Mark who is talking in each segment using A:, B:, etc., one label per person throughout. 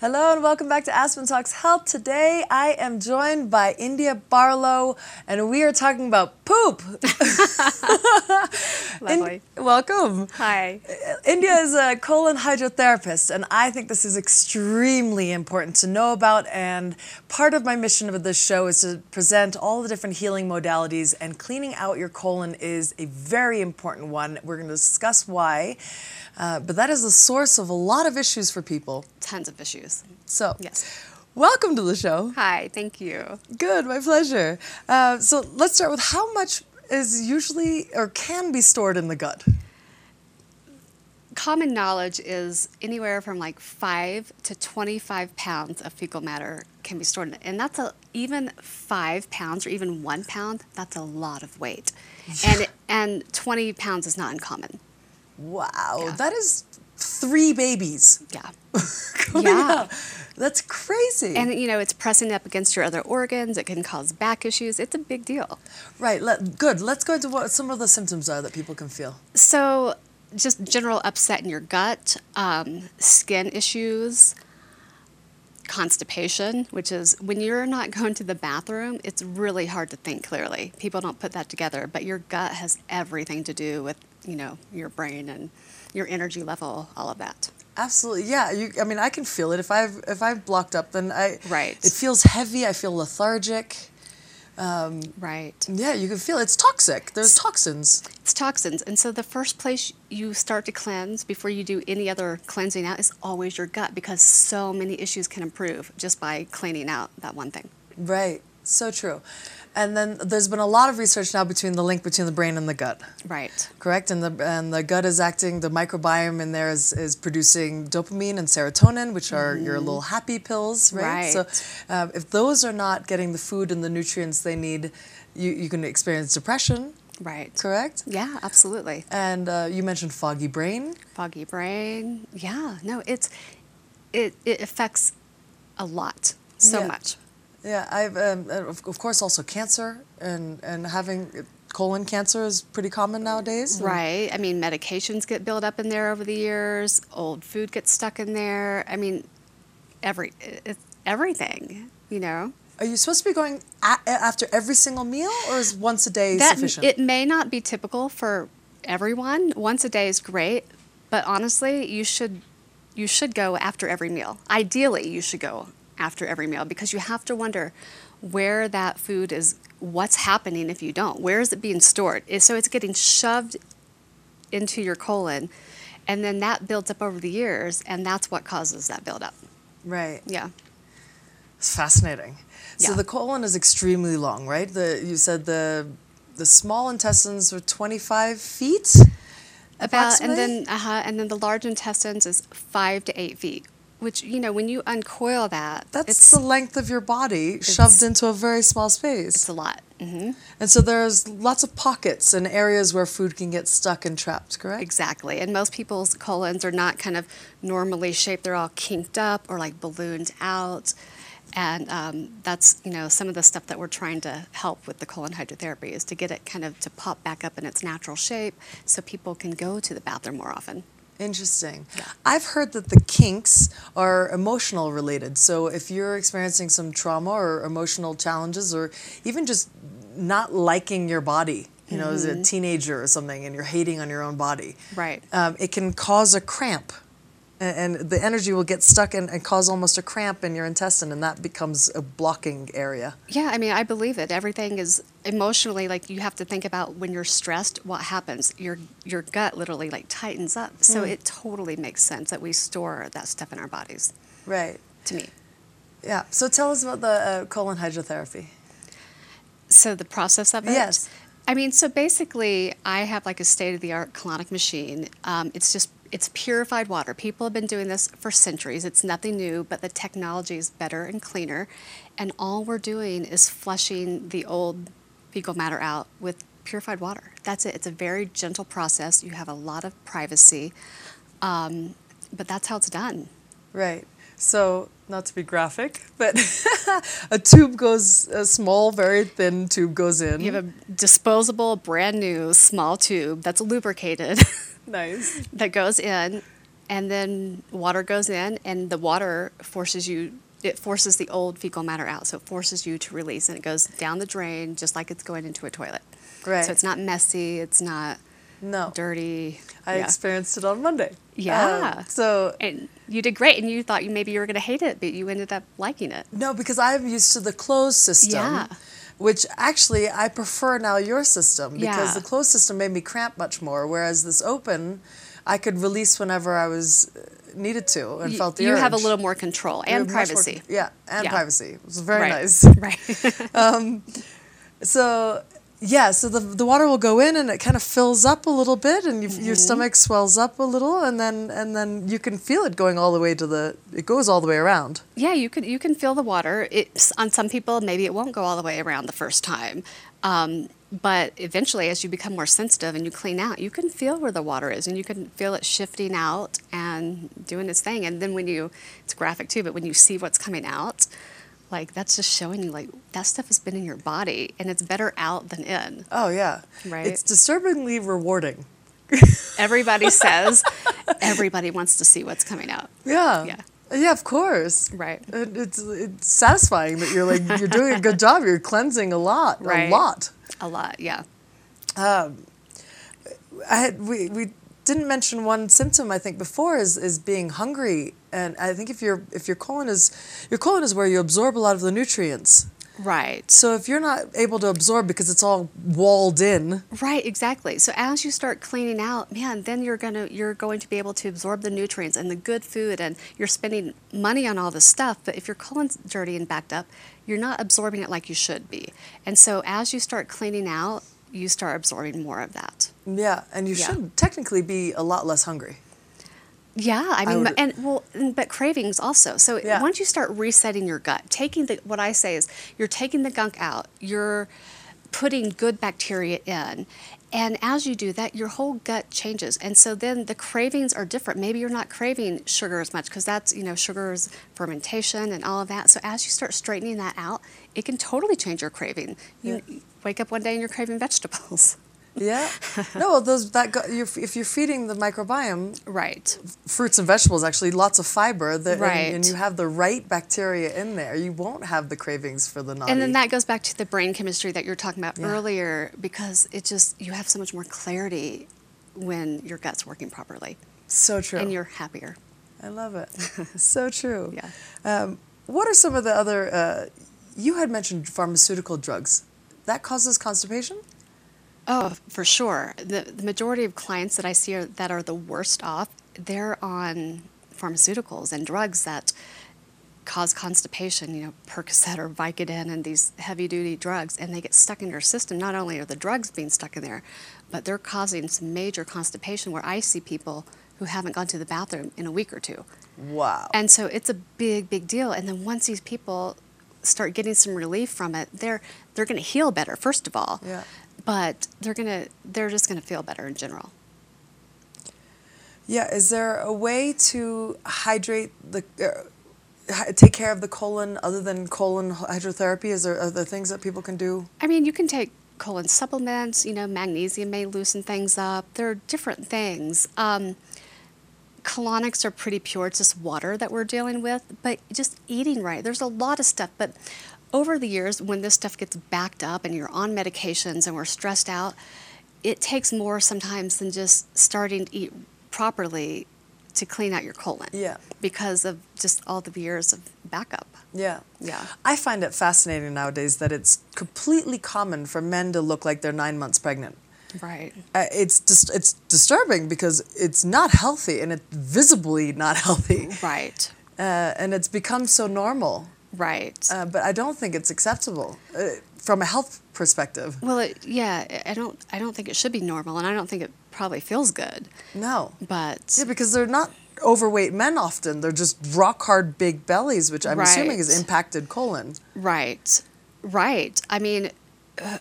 A: Hello and welcome back to Aspen Talks Health. Today I am joined by India Barlow and we are talking about poop. In-
B: Lovely.
A: welcome.
B: Hi.
A: India is a colon hydrotherapist, and I think this is extremely important to know about. And part of my mission of this show is to present all the different healing modalities, and cleaning out your colon is a very important one. We're going to discuss why, uh, but that is the source of a lot of issues for people.
B: Tons of issues.
A: So,
B: Yes.
A: welcome to the show.
B: Hi. Thank you.
A: Good, my pleasure. Uh, so, let's start with how much is usually or can be stored in the gut?
B: Common knowledge is anywhere from like five to 25 pounds of fecal matter can be stored in it. And that's a, even five pounds or even one pound, that's a lot of weight. And, and 20 pounds is not uncommon.
A: Wow,
B: Yeah.
A: that is three babies.
B: Yeah.
A: coming
B: Yeah.
A: out. That's crazy.
B: And, you know, it's pressing up against your other organs. It can cause back issues. It's a big deal.
A: right, let, good. Let's go into what some of the symptoms are that people can feel.
B: So, just general upset in your gut, um, skin issues, constipation, which is when you're not going to the bathroom, it's really hard to think clearly. People don't put that together, but your gut has everything to do with, you know, your brain and your energy level, all of that.
A: Absolutely, yeah. You, I mean, I can feel it. If I've if I've blocked up, then I
B: Right.
A: It feels heavy. I feel lethargic.
B: Right.
A: Yeah, you can feel it's toxic. There's toxins.
B: It's toxins. And so the first place you start to cleanse before you do any other cleansing out is always your gut because so many issues can improve just by cleaning out that one thing.
A: Right. So true. And then there's been a lot of research now between the link between the brain and the gut.
B: Right.
A: Correct, and the and the gut is acting. The microbiome in there is, is producing dopamine and serotonin, which are your little happy pills, right? So,
B: Right.
A: uh, if those are not getting the food and the nutrients they need, you you can experience depression.
B: Right.
A: Correct,
B: Yeah, absolutely.
A: and uh, you mentioned foggy brain.
B: Foggy brain. Yeah, no, it's it it affects a lot, so
A: Yeah.
B: much.
A: Yeah, I've um, and of of course also cancer and and having uh, colon cancer is pretty common nowadays.
B: Right. I mean, medications get built up in there over the years. Old food gets stuck in there. I mean, every it, it's everything. You know.
A: Are you supposed to be going a- after every single meal, or is once a day
B: that
A: sufficient?
B: it may not be typical for everyone. Once a day is great, but honestly, you should you should go after every meal. Ideally, you should go after every meal because you have to wonder where that food is what's happening if you don't. Where is it being stored? It- So it's getting shoved into your colon and then that builds up over the years and that's what causes that buildup.
A: right.
B: Yeah.
A: It's fascinating. So
B: Yeah.
A: the colon is extremely long, right? The you said the the small intestines are 25 feet.
B: About and
A: approximately?
B: then uh and then the large intestines is five to eight feet, which you know when you uncoil that,
A: that's
B: it's
A: the length of your body shoved into a very small
B: it's
A: space.
B: a lot. hmm
A: And so there's lots of pockets and areas where food can get stuck and trapped, correct?
B: Exactly, and most people's colons are not kind of normally shaped; they're all kinked up or like ballooned out, and um, that's you know some of the stuff that we're trying to help with the colon hydrotherapy is to get it kind of to pop back up in its natural shape, so people can go to the bathroom more often.
A: Interesting. I've heard that the kinks are emotional related. So if you're experiencing some trauma or emotional challenges or even just not liking your body, you know, as a teenager or something, and you're hating on your own body,
B: Right.
A: Um, it can cause a cramp, a- and, and the energy will get stuck and, and cause almost a cramp in your intestine, and that becomes a blocking area.
B: Yeah, I mean, I believe it. Everything is emotionally like you have to think about when you're stressed, what happens? Your your gut literally like tightens up. So it totally makes sense that we store that stuff in our bodies.
A: Right.
B: To me.
A: Yeah. So tell us about the uh, colon hydrotherapy.
B: So the process of it.
A: Yes.
B: I mean, so basically, I have like a state-of-the-art colonic machine. Um, it's just it's purified water. People have been doing this for centuries. It's nothing new, but the technology is better and cleaner. And all we're doing is flushing the old fecal matter out with purified water. That's it. It's a very gentle process. You have a lot of privacy, um, but that's how it's done.
A: Right. So, not to be graphic, but a tube goes, a small, very thin tube goes in.
B: You have a disposable, brand new, small tube that's lubricated.
A: nice.
B: that goes in and then water goes in and the water forces you it forces the old fecal matter out so it forces you to release and it goes down the drain just like it's going into a toilet
A: Right.
B: so it's not messy it's not
A: No.
B: dirty
A: I
B: yeah.
A: experienced it on Monday. Um,
B: Yeah.
A: so
B: and you did great and you thought you maybe you were going to hate it but you ended up liking it
A: No, because I'm used to the closed system.
B: Yeah.
A: Which actually I prefer now your system because the
B: Yeah.
A: closed system made me cramp much more, whereas this open, I could release whenever I was uh, needed to and
B: You-
A: felt the
B: you
A: urge.
B: have a little more control
A: You
B: and
A: have much more
B: privacy
A: con- yeah, and
B: Yeah.
A: privacy. It was very
B: right.
A: nice.
B: right
A: So yeah, so the the water will go in and it kind of fills up a little bit, and you, your stomach swells up a little, and then and then you can feel it going all the way to the. It goes all the way around.
B: Yeah, you can you can feel the water. It's on some people maybe it won't go all the way around the first time, um, but eventually as you become more sensitive and you clean out, you can feel where the water is and you can feel it shifting out and doing its thing. And then when you, it's graphic too, but when you see what's coming out, like that's just showing you like that stuff has been in your body and it's better out than in.
A: Oh yeah,
B: Right.
A: It's disturbingly rewarding.
B: Everybody says everybody wants to see what's coming out.
A: Yeah.
B: Yeah.
A: Yeah, of course.
B: Right.
A: It, it's it's satisfying that you're like you're doing a good job. You're cleansing a lot, a
B: Right.
A: lot.
B: A lot, yeah.
A: I had, we we didn't mention one symptom I think before is is being hungry, and I think if your if your colon is your colon is where you absorb a lot of the nutrients.
B: Right.
A: So if you're not able to absorb because it's all walled in,
B: Right, exactly. So as you start cleaning out, man, then you're gonna you're going to be able to absorb the nutrients and the good food, and you're spending money on all this stuff. But if your colon's dirty and backed up, you're not absorbing it like you should be. And so as you start cleaning out, you start absorbing more of that.
A: yeah, and you
B: Yeah.
A: should technically be a lot less hungry.
B: Yeah, I mean,
A: would-
B: and well, and, but cravings also. So
A: Yeah.
B: once you start resetting your gut, taking the what I say is you're taking the gunk out, you're putting good bacteria in, and as you do that, your whole gut changes, and so then the cravings are different. Maybe you're not craving sugar as much because that's you know sugars fermentation and all of that. So as you start straightening that out, it can totally change your craving. You wake up one day and you're craving vegetables.
A: Yeah. no, well, those that go, you're, if you're feeding the microbiome,
B: Right.
A: fruits and vegetables actually lots of fiber that and- and,
B: Right.
A: you have the right bacteria in there you won't have the cravings for the naughty
B: And then that goes back to the brain chemistry that you were talking about
A: Yeah.
B: earlier because it just, you have so much more clarity when your gut's working properly
A: so true
B: and you're happier.
A: i love it so true
B: Yeah.
A: um, what are some of the other uh, you had mentioned pharmaceutical drugs that causes constipation
B: Oh, for sure. The, the majority of clients that I see are, that are the worst off, they're on pharmaceuticals and drugs that cause constipation, you know, Percocet or Vicodin and these heavy duty drugs, and they get stuck in your system. Not only are the drugs being stuck in there, but they're causing some major constipation where I see people who haven't gone to the bathroom in a week or two.
A: wow
B: And so it's a big, big deal. And then once these people start getting some relief from it, they're they're going to heal better, first of all.
A: Yeah.
B: But they're gonna they're just going to feel better in general.
A: yeah is there a way to hydrate the uh, hy- take care of the colon other than colon hydrotherapy is there other things that people can do
B: I mean, you can take colon supplements. You know, magnesium may loosen things up. There are different things. Um, colonics are pretty pure. It's just water that we're dealing with, but just eating right. There's a lot of stuff, but over the years, when this stuff gets backed up and you're on medications and we're stressed out, it takes more sometimes than just starting to eat properly to clean out your colon.
A: Yeah.
B: Because of just all the years of backup.
A: Yeah.
B: Yeah.
A: I find it fascinating nowadays that it's completely common for men to look like they're nine months pregnant.
B: Right.
A: Uh, it's just it's disturbing because it's not healthy and it's visibly not healthy,
B: Right.
A: uh, and it's become so normal.
B: Right.
A: Uh, but I don't think it's acceptable uh, from a health perspective.
B: Well, it, yeah, I- I don't. I don't think it should be normal, and I don't think it probably feels good.
A: No.
B: But
A: Yeah, because they're not overweight men often. They're just rock hard big bellies, which I'm assuming has
B: Right.
A: impacted colon.
B: right, right. I mean, uh,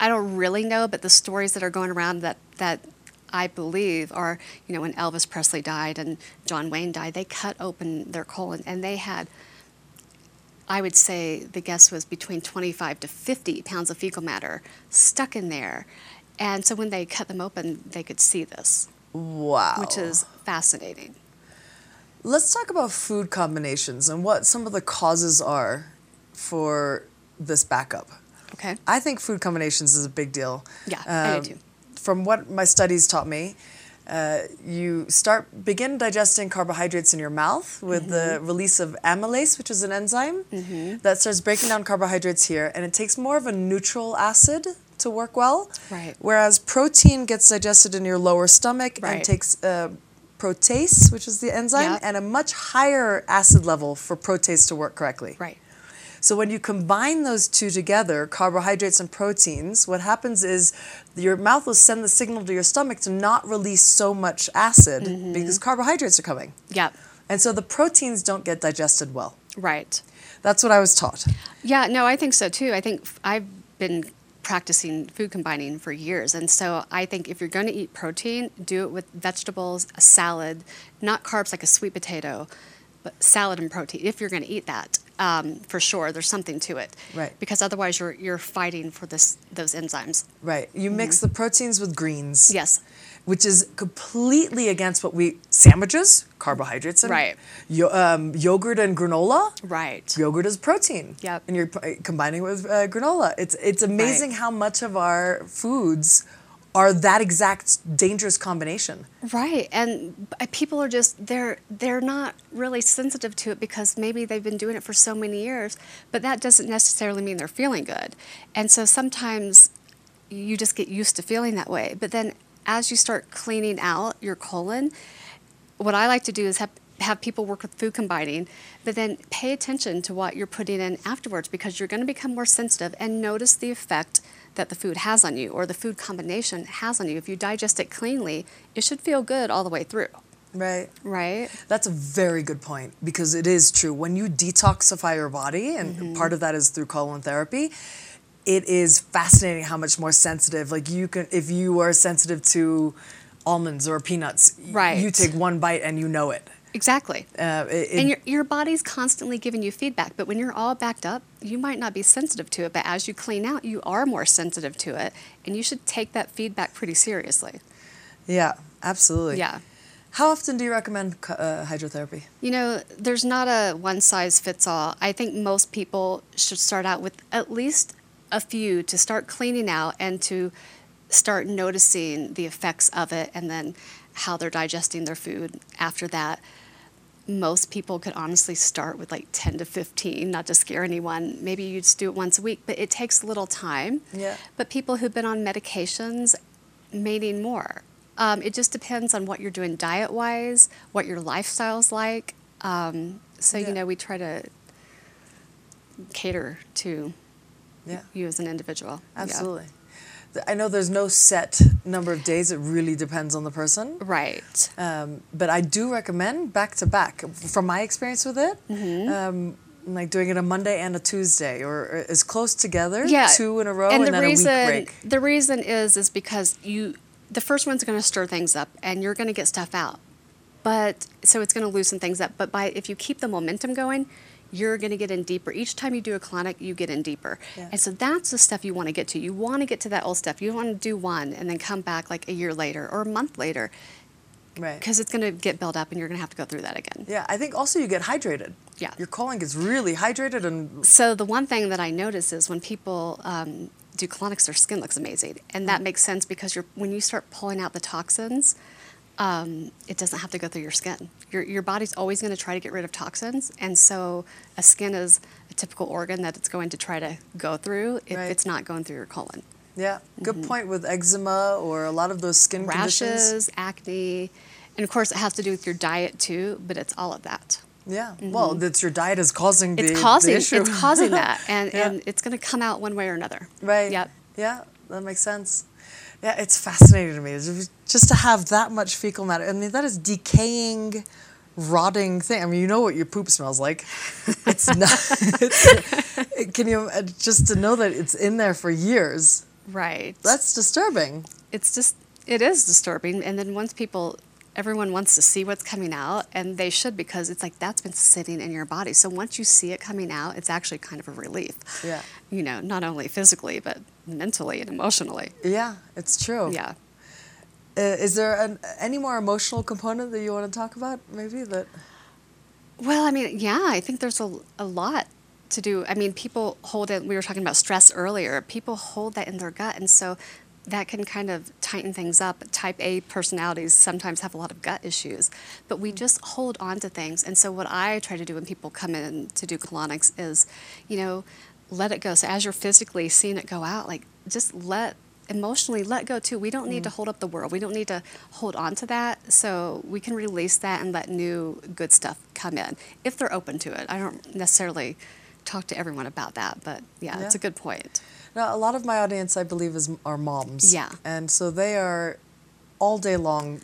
B: I don't really know, but the stories that are going around that that I believe are, you know, when Elvis Presley died and John Wayne died, they cut open their colon, and they had. I would say the guess was between 25 to 50 pounds of fecal matter stuck in there. And so when they cut them open, they could see this,
A: Wow.
B: which is fascinating.
A: Let's talk about food combinations and what some of the causes are for this backup.
B: Okay.
A: I think food combinations is a big deal. Um,
B: Yeah, I do too.
A: From what my studies taught me, uh, you start begin digesting carbohydrates in your mouth with the
B: Mm-hmm.
A: release of amylase, which is an enzyme that starts breaking down carbohydrates here, and it takes more of a neutral acid to work well.
B: Right.
A: Whereas protein gets digested in your lower stomach and
B: Right.
A: takes. Uh, Protease, which is the enzyme,
B: Yep.
A: and a much higher acid level for protease to work correctly.
B: Right.
A: So when you combine those two together, carbohydrates and proteins, what happens is your mouth will send the signal to your stomach to not release so much acid because carbohydrates are coming.
B: Yep.
A: And so the proteins don't get digested well.
B: Right.
A: That's what I was taught.
B: Yeah, no, I think so too. I think f- I've been practicing food combining for years. And so I think if you're going to eat protein, do it with vegetables, a salad, not carbs like a sweet potato, but salad and protein, if you're going to eat that. Um, for sure, there's something to it,
A: Right.
B: Because otherwise, you're you're fighting for this those enzymes.
A: Right. You mix the proteins with greens.
B: Yes,
A: Which is completely against what we sandwiches, carbohydrates, and
B: Right.
A: yo- um, yogurt and granola.
B: right.
A: Yogurt is protein.
B: Yep.
A: And you're p- combining it with uh, granola. It's it's amazing how much of our foods are that exact dangerous combination.
B: Right, and b- people are just they're they're not really sensitive to it because maybe they've been doing it for so many years, but that doesn't necessarily mean they're feeling good. And so sometimes you just get used to feeling that way. But then as you start cleaning out your colon, what I like to do is have have people work with food combining, but then pay attention to what you're putting in afterwards because you're going to become more sensitive and notice the effect that the food has on you or the food combination has on you. If you digest it cleanly, it should feel good all the way through,
A: Right.
B: right?
A: That's a very good point because it is true. When you detoxify your body, and
B: Mm-hmm.
A: part of that is through colon therapy, it is fascinating how much more sensitive. Like you can, if you are sensitive to almonds or peanuts, y- You
B: Right.
A: take one bite and you know it.
B: Exactly.
A: Uh, it, it
B: and your, your body's constantly giving you feedback, but when you're all backed up, you might not be sensitive to it, but as you clean out, you are more sensitive to it, and you should take that feedback pretty seriously.
A: yeah, absolutely.
B: Yeah.
A: How often do you recommend co- uh, hydrotherapy?
B: You know, there's not a one size fits all. I think most people should start out with at least a few to start cleaning out and to start noticing the effects of it and then how they're digesting their food after that. Most people could honestly start with like 10 to 15, not to scare anyone. Maybe you just do it once a week, but it takes a little time.
A: Yeah.
B: But people who've been on medications may need more. Um, it just depends on what you're doing diet wise, what your lifestyle's like. Um, so,
A: Yeah.
B: you know, we try to cater to
A: Yeah.
B: you as an individual. Yeah.
A: Absolutely. Th- I know there's no set number of days. It really depends on the person.
B: Right.
A: Um, but I do recommend back to back. From my experience with it,
B: Mm-hmm.
A: um, like doing it a Monday and a Tuesday or or as close together, two in a row, and,
B: the
A: then
B: reason,
A: a week break.
B: The reason is is because you the first one's going to stir things up and you're going to get stuff out. But so it's going to loosen things up, but by if you keep the momentum going, you're going to get in deeper. Each time you do a colonic, you get in deeper.
A: Yeah.
B: And so that's the stuff you want to get to. You want to get to that old stuff. You don't want to do one and then come back like a year later or a month later
A: Right.
B: because it's going to get built up and you're going to have to go through that again.
A: Yeah, I think also you get hydrated.
B: Yeah.
A: Your colon gets really hydrated and
B: So the one thing that I notice is when people um, do colonics, their skin looks amazing, and
A: Mm.
B: that makes sense because you're when you start pulling out the toxins, um, it doesn't have to go through your skin. Your your body's always going to try to get rid of toxins, and so a skin is a typical organ that it's going to try to go through if
A: Right.
B: it's not going through your colon.
A: yeah, good point with eczema or a lot of those skin conditions.
B: Mm-hmm. Rashes, acne, and of course it has to do with your diet too, but it's all of that.
A: Yeah. Well, that's your diet is causing the,
B: Mm-hmm. It's
A: the
B: causing
A: issue.
B: it's causing that, and
A: Yeah.
B: and it's going to come out one way or another.
A: Right.
B: Yep.
A: Yeah, that makes sense. Yeah, it's fascinating to me. It's Just to have that much fecal matter. I mean, that is decaying, rotting thing. I mean, you know what your poop smells like. It's not. it's, can you uh, just to know that it's in there for years?
B: Right.
A: That's disturbing.
B: it's just it is disturbing and then once people everyone wants to see what's coming out and they should because it's like that's been sitting in your body so once you see it coming out it's actually kind of a relief
A: Yeah.
B: you know not only physically but mentally and emotionally
A: Yeah, it's true.
B: yeah
A: Uh, is there an, any more emotional component that you want to talk about? Maybe that.
B: Well, I mean, yeah, I think there's a, a lot to do. I mean, people hold it, we were talking about stress earlier, people hold that in their gut. And so that can kind of tighten things up. Type A personalities sometimes have a lot of gut issues, but we just hold on to things. And so, what I try to do when people come in to do colonics is, you know, let it go. So, as you're physically seeing it go out, like just let emotionally let go too. We don't need to hold up the world. We don't need to hold on to that. So we can release that and let new good stuff come in if they're open to it. I don't necessarily talk to everyone about that, but yeah, it's
A: Yeah.
B: a good point.
A: Now, a lot of my audience, I believe, is are moms.
B: Yeah.
A: And so they are all day long uh,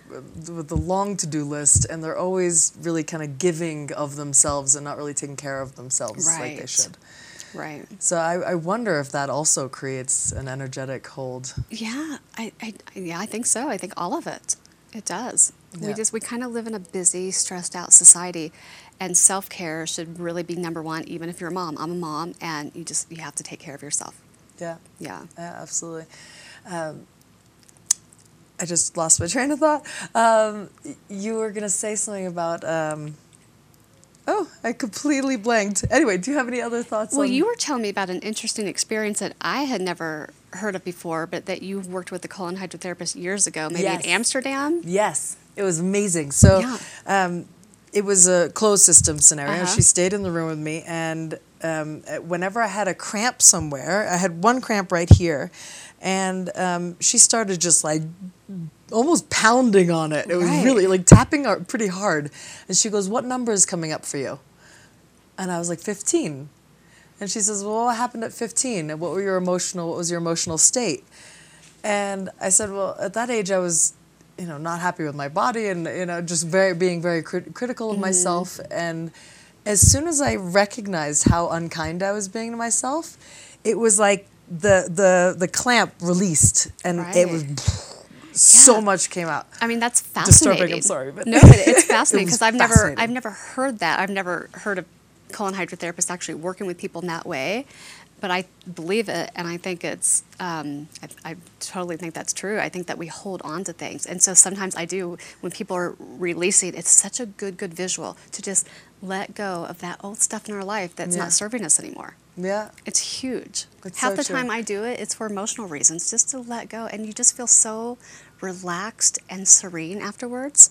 A: with the long to do list, and they're always really kind of giving of themselves and not really taking care of themselves like they
B: Right.
A: should.
B: Right.
A: So I, I wonder if that also creates an energetic hold.
B: Yeah, I, I yeah, I think so. I think all of it. It does.
A: Yeah.
B: We just we kind of live in a busy, stressed out society and self-care should really be number 1 even if you're a mom. I'm a mom and you just you have to take care of yourself.
A: Yeah.
B: Yeah.
A: Yeah, absolutely. Um, I just lost my train of thought. Um, y- you were going to say something about. Um, oh, I completely blanked. Anyway, do you have any other thoughts?
B: Well,
A: on-
B: you were telling me about an interesting experience that I had never heard of before, but that you worked with a colon hydrotherapist years ago, maybe
A: Yes.
B: in Amsterdam.
A: Yes, it was amazing. So,
B: Yeah.
A: um, it was a closed system scenario.
B: Uh-huh.
A: She stayed in the room with me, and um, uh, whenever I had a cramp somewhere, I had one cramp right here, and um, she started just like almost pounding on it. It was
B: Right.
A: really like tapping her pretty hard. And she goes, "What number is coming up for you?" And I was like, 15. And she says, Well, what happened at 15? And what were your emotional, what was your emotional state? And I said, Well, at that age, I was, you know, not happy with my body and, you know, just very, being very crit- critical
B: Mm-hmm.
A: of myself. And as soon as I recognized how unkind I was being to myself, it was like the, the, the clamp released and it was so
B: Yeah.
A: much came out.
B: I mean, that's
A: Disturbing,
B: fascinating.
A: I'm sorry, but-
B: no, but
A: It
B: it's fascinating
A: was
B: because I've never
A: fascinating.
B: I've never heard that. I've never heard of colon hydrotherapist actually working with people in that way. But I believe it, and I think it's um, I, I totally think that's true. I think that we hold on to things, and so sometimes I do when people are releasing. It's such a good good visual to just let go of that old stuff in our life that's
A: Yeah.
B: not serving us anymore.
A: Yeah.
B: It's huge.
A: It's
B: Half
A: so
B: the
A: true.
B: time I do it, it's for emotional reasons, just to let go. And you just feel so relaxed and serene afterwards.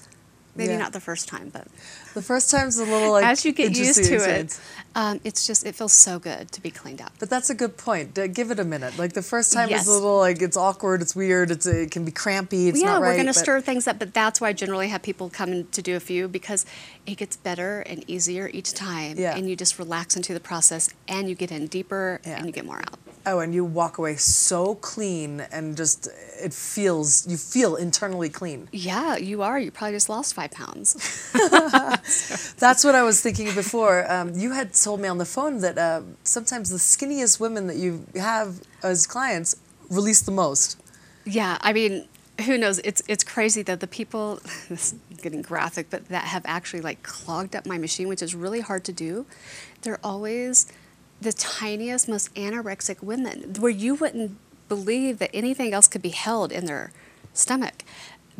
B: Maybe
A: Yeah.
B: not the first time, but
A: The first time's a little like
B: as you get used
A: interesting
B: to
A: experience.
B: it, um, it's just, it feels so good to be cleaned up.
A: But that's a good point. D- Give it a minute. Like the first time is
B: Yes.
A: a little like it's awkward, it's weird, it's it can be crampy, it's
B: yeah,
A: not right.
B: we're going to
A: but-
B: stir things up, but that's why I generally have people come in to do a few because it gets better and easier each time.
A: Yeah.
B: And you just relax into the process and you get in deeper
A: Yeah.
B: and you get more out.
A: Oh, and you walk away so clean and just it feels you feel internally clean.
B: Yeah, you are. You probably just lost five pounds.
A: That's what I was thinking before. Um, you had told me on the phone that uh, sometimes the skinniest women that you have as clients release the most.
B: Yeah, I mean, who knows? It's it's crazy that the people, this is getting graphic, but that have actually like clogged up my machine, which is really hard to do. They're always the tiniest, most anorexic women, where you wouldn't believe that anything else could be held in their stomach.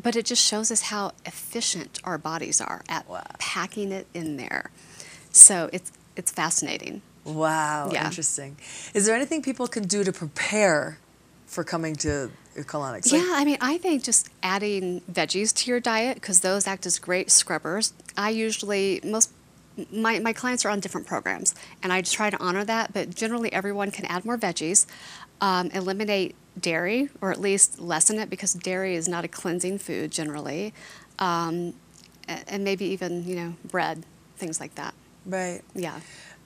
B: But it just shows us how efficient our bodies are at
A: Wow.
B: packing it in there. So it's it's fascinating.
A: Wow,
B: Yeah.
A: interesting. Is there anything people can do to prepare for coming to colonics?
B: Yeah, I mean, I think just adding veggies to your diet because those act as great scrubbers. I usually most my my clients are on different programs, and I try to honor that. But generally, everyone can add more veggies, um, eliminate dairy, or at least lessen it because dairy is not a cleansing food generally, um, a- and maybe even you know bread, things like that.
A: Right.
B: Yeah,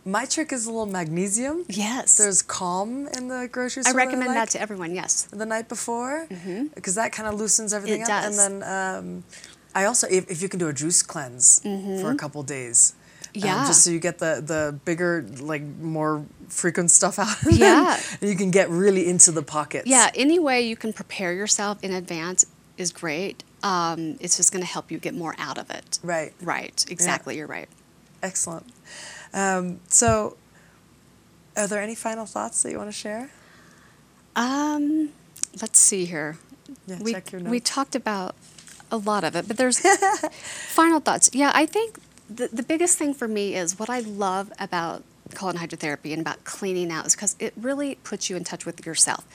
A: My trick is a little magnesium.
B: Yes.
A: There's calm in the grocery
B: I
A: store. that,
B: recommend
A: I like
B: that to everyone. Yes.
A: the night before because that kind of loosens everything
B: It
A: up.
B: does.
A: And then um, I also, if, if you can do a juice cleanse for a couple days. um,
B: Mm-hmm. Yeah.
A: just so you get the, the bigger, like more frequent stuff out.
B: Yeah.
A: and you can get really into the pockets.
B: Yeah, any way you can prepare yourself in advance is great. Um, it's just going to help you get more out of it.
A: Right.
B: Right. Exactly. You're right.
A: Excellent. Um, so, are there any final thoughts that you want to share?
B: Um, let's see here.
A: Yeah,
B: we,
A: check your
B: We
A: notes.
B: talked about a lot of it, but there's final thoughts. Yeah, I think the, the biggest thing for me is what I love about colon hydrotherapy and about cleaning out is because it really puts you in touch with yourself.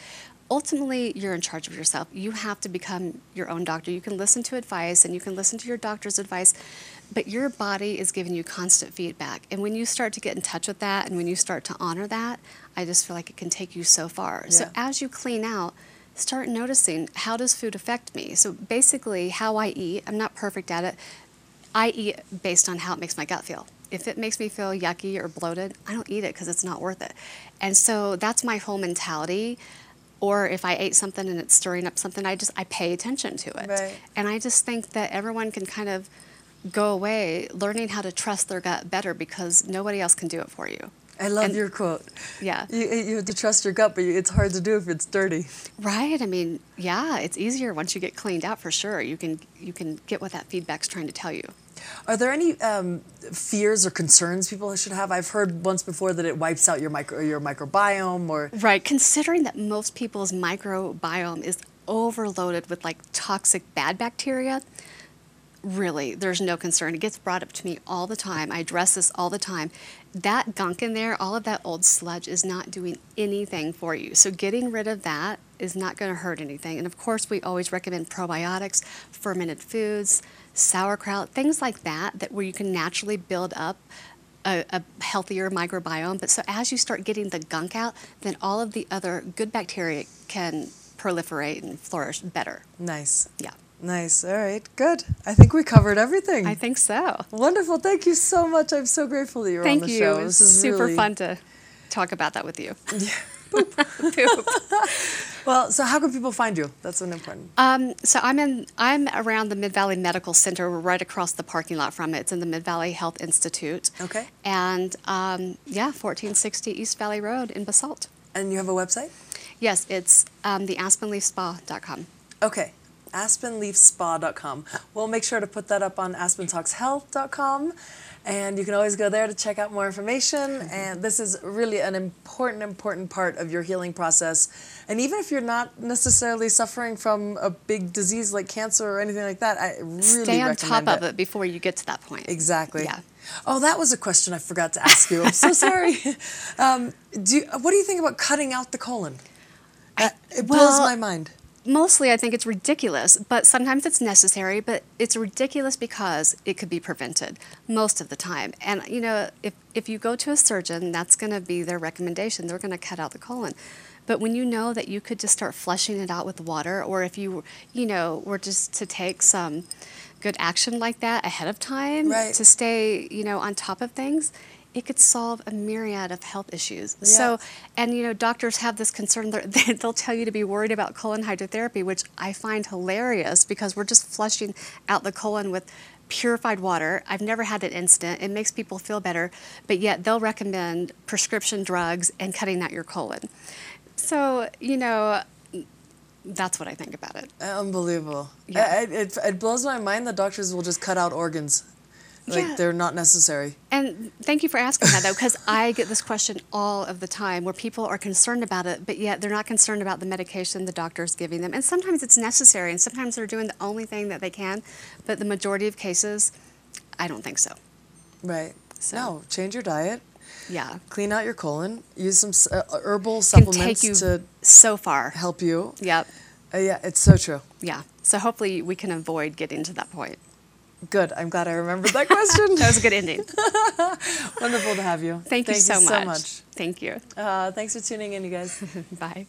B: Ultimately, you're in charge of yourself. You have to become your own doctor. You can listen to advice and you can listen to your doctor's advice, but your body is giving you constant feedback. And when you start to get in touch with that and when you start to honor that, I just feel like it can take you so far. So
A: Yeah.
B: as you clean out, start noticing how does food affect me? So basically, how I eat, I'm not perfect at it. I eat based on how it makes my gut feel. If it makes me feel yucky or bloated, I don't eat it because it's not worth it. And so that's my whole mentality. Or if I ate something and it's stirring up something, I just I pay attention to it.
A: Right.
B: And I just think that everyone can kind of go away learning how to trust their gut better because nobody else can do it for you.
A: I love
B: And-
A: your quote.
B: Yeah.
A: You, you have to trust your gut, but you- it's hard to do if it's dirty.
B: Right. I mean, yeah, it's easier once you get cleaned out for sure. You can you can get what that feedback's trying to tell you.
A: Are there any um, fears or concerns people should have? I've heard once before that it wipes out your micro your microbiome or
B: Right. Considering that most people's microbiome is overloaded with like toxic bad bacteria, really, there's no concern. It gets brought up to me all the time. I address this all the time. That gunk in there, all of that old sludge is not doing anything for you. So getting rid of that is not going to hurt anything. And of course, we always recommend probiotics, fermented foods, sauerkraut, things like that that where you can naturally build up a, a healthier microbiome. But so as you start getting the gunk out, then all of the other good bacteria can proliferate and flourish better.
A: nice.
B: Yeah.
A: Nice. All right. Good. I think we covered everything.
B: I think so.
A: Wonderful. Thank you so much. I'm so grateful that you're
B: Thank
A: on the
B: you.
A: show.
B: It was
A: This is
B: super
A: really-
B: fun to talk about that with you.
A: Well, so how can people find you? That's an important.
B: Um, so I'm in. I'm around the Mid Valley Medical Center. We're right across the parking lot from it. It's in the Mid Valley Health Institute.
A: Okay.
B: And um, yeah, 1460 East Valley Road in Basalt.
A: And you have a website?
B: Yes, it's um, the AspenLeafSpa.com.
A: Okay. AspenLeafSpa.com. We'll make sure to put that up on AspenTalksHealth.com. And you can always go there to check out more information.
B: Mm-hmm.
A: And this is really an important, important part of your healing process. And even if you're not necessarily suffering from a big disease like cancer or anything like that, I really
B: Stay on top
A: recommend
B: of it before you get to that point.
A: Exactly.
B: Yeah.
A: Oh, that was a question I forgot to ask you. I'm so sorry. um, do you, what do you think about cutting out the colon? Uh, it blows
B: well-
A: my mind.
B: mostly I think it's ridiculous, but sometimes it's necessary, but it's ridiculous because it could be prevented most of the time. And you know, if if you go to a surgeon, that's going to be their recommendation. They're going to cut out the colon. But when you know that you could just start flushing it out with water or if you you know, were just to take some good action like that ahead of time
A: Right.
B: to stay, you know, on top of things, it could solve a myriad of health issues. So, and you know, doctors have this concern that they- they'll tell you to be worried about colon hydrotherapy, which I find hilarious because we're just flushing out the colon with purified water. I've never had an incident. It makes people feel better, but yet they'll recommend prescription drugs and cutting out your colon. So, you know, that's what I think about it.
A: Unbelievable.
B: Yeah.
A: I- I- it, it blows my mind that doctors will just cut out organs. Like
B: Yeah.
A: they're not necessary.
B: And thank you for asking that, though, because I get this question all of the time where people are concerned about it, but yet they're not concerned about the medication the doctor is giving them. And sometimes it's necessary, and sometimes they're doing the only thing that they can. But the majority of cases, I don't think so.
A: Right.
B: So-
A: No, change your diet,
B: Yeah.
A: clean out your colon, use some s- uh, herbal
B: Can take
A: supplements
B: you
A: to
B: so far.
A: help you.
B: Yep.
A: Uh, yeah, it's so true.
B: Yeah. So hopefully we can avoid getting to that point.
A: Good. I'm glad I remembered that question.
B: That was a good ending.
A: Wonderful to have you.
B: Thank, you so much.
A: so much.
B: Thank you.
A: Uh, thanks for tuning in, you guys.
B: Bye.